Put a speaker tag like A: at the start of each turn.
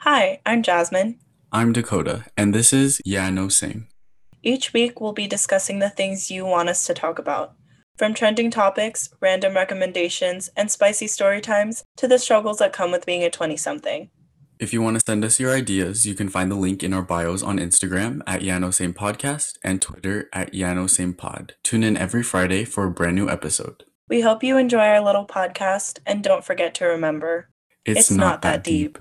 A: Hi, I'm Jasmine.
B: I'm Dakota, and this is Yeah, No Same.
A: Each week, we'll be discussing the things you want us to talk about. From trending topics, random recommendations, and spicy story times to the struggles that come with being a 20 something.
B: If you want to send us your ideas, you can find the link in our bios on Instagram at Yeah, No Same Podcast and Twitter at Yeah, No Same Pod. Tune in every Friday for a brand new episode.
A: We hope you enjoy our little podcast and don't forget to remember
B: It's, not, that deep.